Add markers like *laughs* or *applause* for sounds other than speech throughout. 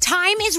Time is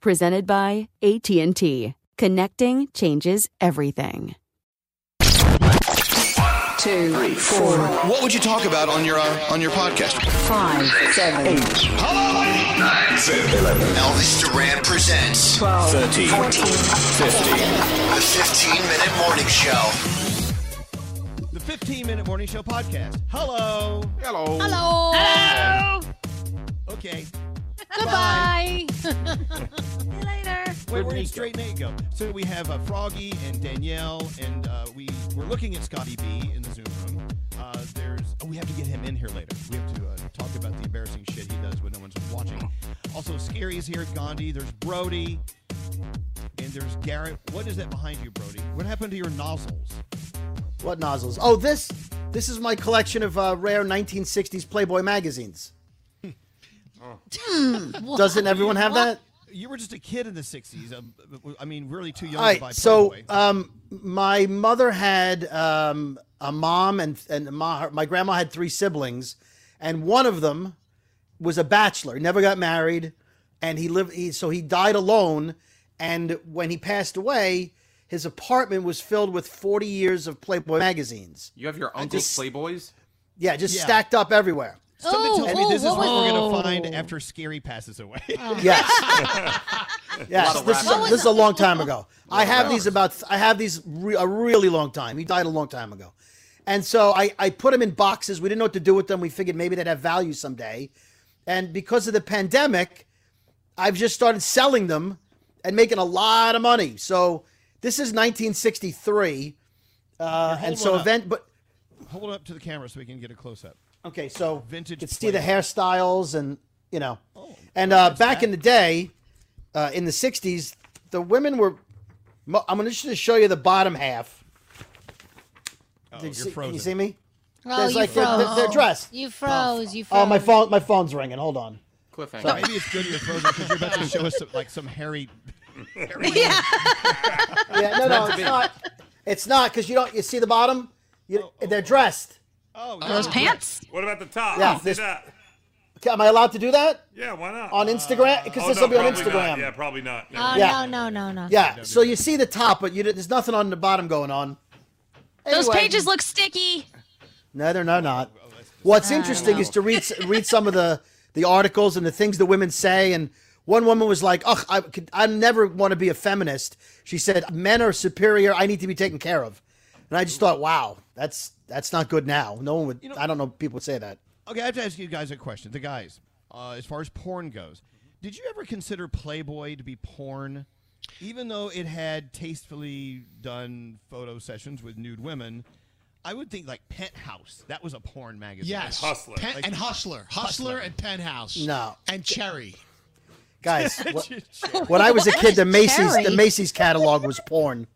presented by AT&T. Connecting changes everything. Two, three, four. What would you talk about on your uh, on your podcast? Five, Six, seven, eight. Hello, eight, nine, seven, eleven. Elvis Duran presents. Twelve, thirteen, fourteen, fifteen. The fifteen-minute morning show. The fifteen-minute morning show podcast. Hello. Hello. Hello. Hello. Okay. *laughs* Goodbye. Oh, later. Wait, where did Straight Nate go? So we have uh, Froggy and Danielle, and uh, we we're looking at Scotty B in the Zoom room. Uh, there's oh, we have to get him in here later. We have to uh, talk about the embarrassing shit he does when no one's watching. Also, Scary is here. Gandhi. There's Brody. And there's Garrett. What is that behind you, Brody? What happened to your nozzles? What nozzles? Oh, this this is my collection of uh, rare 1960s Playboy magazines. Oh. Doesn't everyone have that? You were just a kid in the '60s. Um, I mean, really too young All right, to buy So, um, my mother had um, a mom, and and my, my grandma had three siblings, and one of them was a bachelor, never got married, and he lived. He, so he died alone, and when he passed away. His apartment was filled with 40 years of Playboy magazines. You have your uncle's just, Playboys? Yeah, just yeah. stacked up everywhere. Something tells Oh, me this is what we're gonna find after Scary *laughs* passes away. *laughs* yes, yes. This, this, is a long time ago. I have these about. I have these re- a really long time. He died a long time ago, and so I I put them in boxes. We didn't know what to do with them. We figured maybe they'd have value someday, and because of the pandemic, I've just started selling them and making a lot of money. So this is 1963, uh, and so event. But hold up to the camera so we can get a close up. Okay, so vintage. Oh, It's see the hairstyles and you know, and uh, back in the day, uh, in the '60s, the women were. mo- I'm going to just show you the bottom half. Did you Oh, you're see- Can frozen. you see me? Oh, There's you like their, froze. their, their dress. You froze. You froze. Oh, my phone. My phone's ringing. Hold on. Cliffhanger. So maybe it's good you're frozen because you're about to show us some, like some hairy. *laughs* *laughs* hairy Yeah, no, no, it's not. It's not because you don't. You see the bottom? You, They're dressed. Oh, those pants. What about the top? Yeah, See this- that? Okay, am I allowed to do that? Yeah, why not? On Instagram? Because Oh, this no, will be on probably not. Instagram. Yeah, probably not. Never Oh mind. Yeah. no no no no. Yeah, so you see the top, but you, there's nothing on the bottom going on. Those pages look sticky. No, they're no not. What's interesting is to read s- read some of the the articles and the things the women say. And one woman was like, "Ugh, I could, I never want to be a feminist." She said, "Men are superior. I need to be taken care of." And I just thought, "Wow, that's that's not good now. No one would. I don't know. People would say that." Okay, I have to ask you guys a question. The guys, uh, as far as porn goes, did you ever consider Playboy to be porn, even though it had tastefully done photo sessions with nude women? I would think like Penthouse. That was a porn magazine. Yes. Pen- Like- and Hustler. Hustler. and Penthouse. No. And Cherry. *laughs* Guys, what- when I was a kid, the Macy's the Macy's catalog was porn.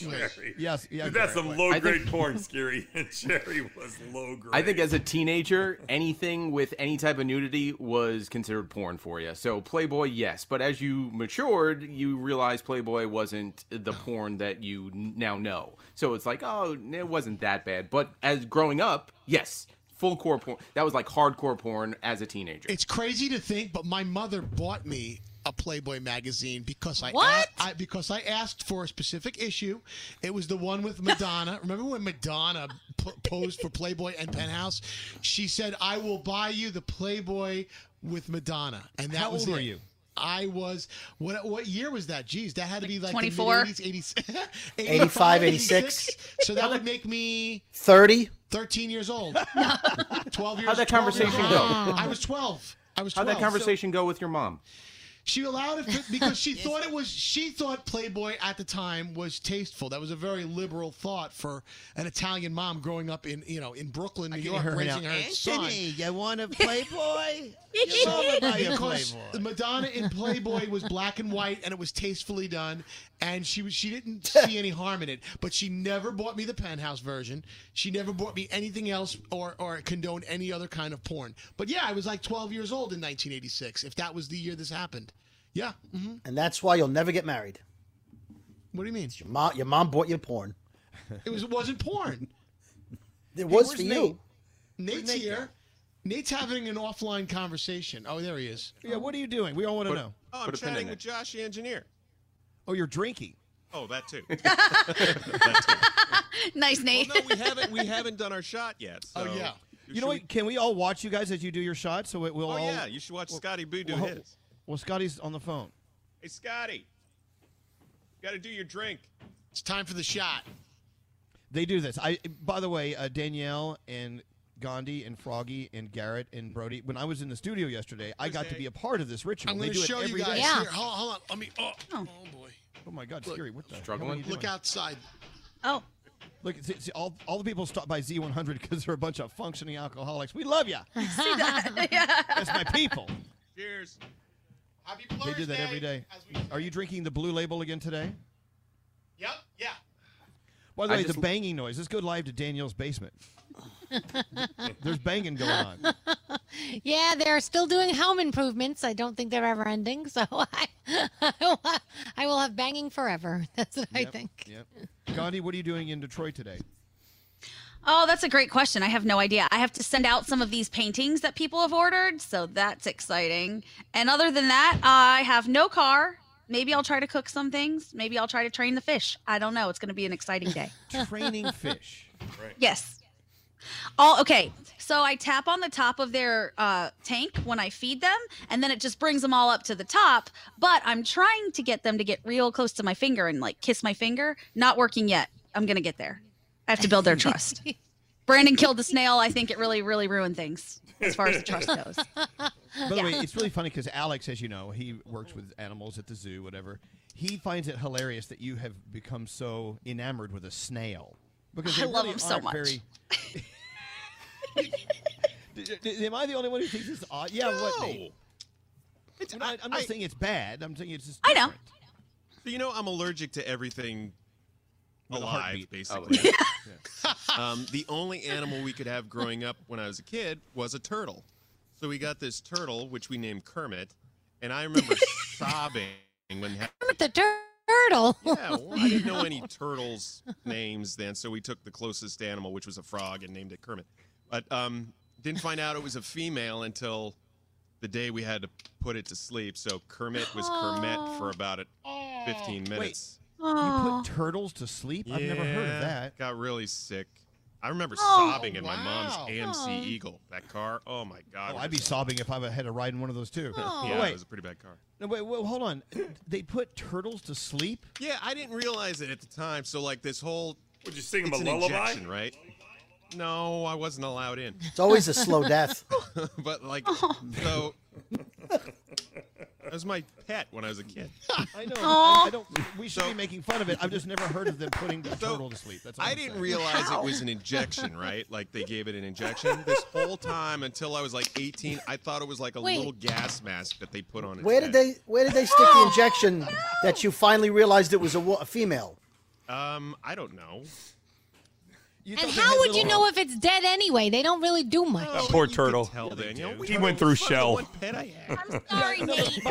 Yes. Yeah. Dude, that's correct. some Wait. low I grade think- *laughs* porn, Scary. Cherry was low grade. I think as a teenager, *laughs* anything with any type of nudity was considered porn for you. So Playboy, yes, but as you matured, you realized Playboy wasn't *sighs* the porn that you n- now know. So it's like, oh, it wasn't that bad. But as growing up, yes, full core porn. That was like hardcore porn as a teenager. It's crazy to think, but my mother bought me a Playboy magazine because I, a- What? I- because I asked for a specific issue. It was the *laughs* one with Madonna. Remember when Madonna po- posed for Playboy and Penthouse? She said, "I will buy you the Playboy with Madonna." And that How was old were it. you? I was what? What year was that? Geez, that had to be like 24? eighties, *laughs* 85, 86. So that would make me Thirty. 13 years *laughs* old. 12 years How'd that 12 years conversation old. go? I was 12. I was How'd 12. that conversation go with your *laughs* mom? So she allowed it to- because she thought it was she thought Playboy at the time was tasteful. That was a very liberal thought for an Italian mom growing up in, you know, in Brooklyn, New York, her raising now, her "Anthony, son. You want *laughs* a Playboy? You wanna buy a because Playboy?" Madonna in Playboy was black and white and it was tastefully done and she was *laughs* she didn't see any harm in it but she never bought me the penthouse version she never bought me anything else or or condoned any other kind of porn but yeah I was like 12 years old in 1986 if that was the year this happened yeah hmm And that's why you'll never get married. What do you mean? Your mom, your mom bought you porn. it was it wasn't porn It was for you. Nate's here Nate's having an offline conversation oh there he is Yeah. What are you doing? We all want to Put- know. Oh, I'm put a pin chatting in with it. Josh, the engineer. Oh, you're drinking. Oh, that *laughs* too. Nice, Nate. Well, no, we haven't we haven't done our shot yet. Oh, So. You know what? Can we all watch you guys as you do your shots? So it will. Oh all... yeah, you should watch Scotty Boo do well, his. Well, Scotty's on the phone. Hey, Scotty, got to do your drink. it's time for the shot They do this. I, by the way, uh, Danielle and Gandhi and Froggy and Garrett and Brody. When I was in the studio yesterday, I got to be a part of this ritual. I'm They going to do it show you every guys day. here hold, hold on let me oh, oh boy Oh my God, Look. Scary! What the Struggling? Look outside. Oh. Look, see, see, all, all the people stopped by Z100 because they're a bunch of functioning alcoholics. We love you. *laughs* *laughs* See *laughs* that? That's my people. Cheers. Happy They do that every day. Are you drinking the blue label again today? Yep. Yeah. By the I way, just- the banging noise. Let's go live to Danielle's *laughs* basement. There's banging going on. Yeah, they're still doing home improvements. I don't think they're ever ending. So *laughs* I, I will have banging forever. *laughs* That's what I Yep, think. Yep. Gandhi, what are you doing in Detroit today? Oh, that's a great question. I have no idea. I have to send out some of these paintings that people have ordered, so that's exciting. And other than that, I have no car. Maybe I'll try to cook some things. Maybe I'll try to train the fish. I don't know. It's going to be an exciting day. *laughs* Training fish. Right. Yes. All okay. So I tap on the top of their uh, tank when I feed them, and then it just brings them all up to the top. But I'm trying to get them to get real close to my finger and like kiss my finger. Not working yet. I'm gonna get there. I have to build *laughs* their trust. Brandon killed the snail. I think it really, really ruined things as far as the trust *laughs* goes. By the way, it's really funny because Alex, as you know, he works with animals at the zoo, whatever. He finds it hilarious that you have become so enamored with a snail because I they love really them so aren't much. Very, D- d- Am I the only one who thinks it's odd? Yeah, what? No. Nate? Well, I, am not I- saying it's bad. I'm saying it's just. I know. You know, I'm allergic to everything a alive, heartbeat. Oh, basically. *laughs* um, the only animal we could have growing up when I was a kid was a turtle. So we got this turtle, which we named Kermit, and I *laughs* remember sobbing when ha- Kermit the Turtle. yeah, well, I didn't *laughs* know any turtles' names then, so we took the closest animal, which was a frog, and named it Kermit. But um, didn't find out it was a female until the day we had to put it to sleep. So Kermit was Kermit for about it 15 minutes. You put turtles to sleep? I've never heard Yeah, of that. Got really sick. I remember Oh, sobbing in my mom's wow. AMC Oh. Eagle. That car. Oh my god. Oh, I'd be sobbing if I had a ride in one of those too. Yeah, wait, it was a pretty bad car. no, wait, wait, hold on. They put turtles to sleep? Yeah, I didn't realize it at the time. So like this whole. Would you sing him it's a an lullaby? injection, right? No, I wasn't allowed in. It's always a slow death. *laughs* but like, so that was my pet when I was a kid. *laughs* I know. Aw. I, I don't. We should be making fun of it. I've just *laughs* never heard of them *laughs* putting a turtle to sleep. That's all I I'm didn't saying. realize it was an *laughs* injection, right? Like they gave it an injection this whole time until I was like 18. I thought it was like a Wait. little gas mask that they put on it. Where did they Where did they stick the *laughs* injection that you finally realized it was a, wo- a female? Um, I don't know. and how would you know if it's dead anyway? They don't really do much. Oh. That poor turtle. He went through shell. I'm *laughs* sorry, Nate. *laughs*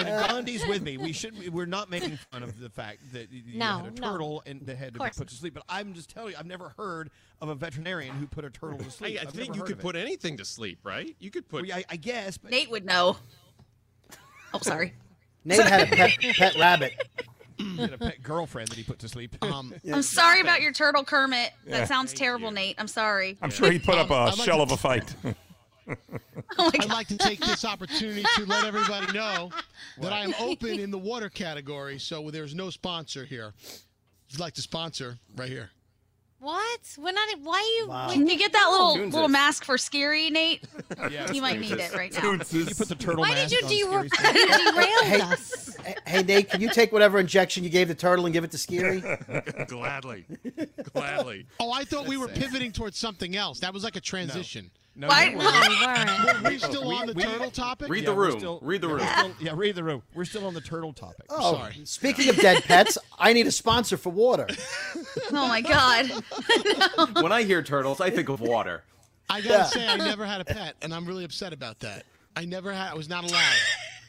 And Gandhi's with me. We should. We're not making fun of the fact that you No, had a no. turtle and that had to be Course. put to sleep. But I'm just telling you, I've never heard of a veterinarian who put a turtle to I, sleep. I I've think never you heard could of put it. anything to sleep, right? You could put. Well, yeah, I, I guess. But Nate would know. Oh, sorry. Nate had a pet, pet rabbit. he had a pet girlfriend that he put to sleep. Um, I'm sorry about your turtle, Kermit. Yeah. That sounds terrible, Nate. I'm sorry. I'm sure he put up Um, a I'd like shell to- of a *laughs* fight. I'd like to take this opportunity to let everybody *laughs* know that I am open in the water category, so there's no sponsor here. If you'd like to sponsor, right here. What? We're not. Why are you? Can you get that little Toons little is. mask for Scary, Nate? Yeah, you might Toons need is. it right now. Toons is. You put the turtle Why did you derail? hey, *laughs* derail us? hey, Nate, can you take whatever injection you gave the turtle and give it to *laughs* *laughs* Scary? Gladly. Gladly. Oh, I thought we were pivoting towards something else. That was like a transition. No, Why- you weren't. Were *laughs* we still on the turtle topic? Read the we're room. Read the yeah, we're room. still- yeah, read the room. We're still on the turtle topic. I'm Oh, sorry. speaking of *laughs* dead pets, I need a sponsor for water. Oh *laughs* my god. when I hear turtles, I think of water. I gotta say, *laughs* I never had a pet, and I'm really upset about that. I never had. I was not allowed.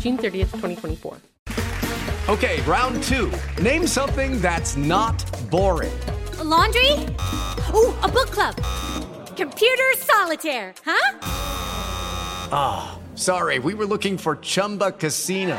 June 30th, 2024. Okay, round two. Name something that's not boring. A laundry? Ooh, a book club. Computer solitaire, huh? Ah, sorry, we were looking for Chumba Casino.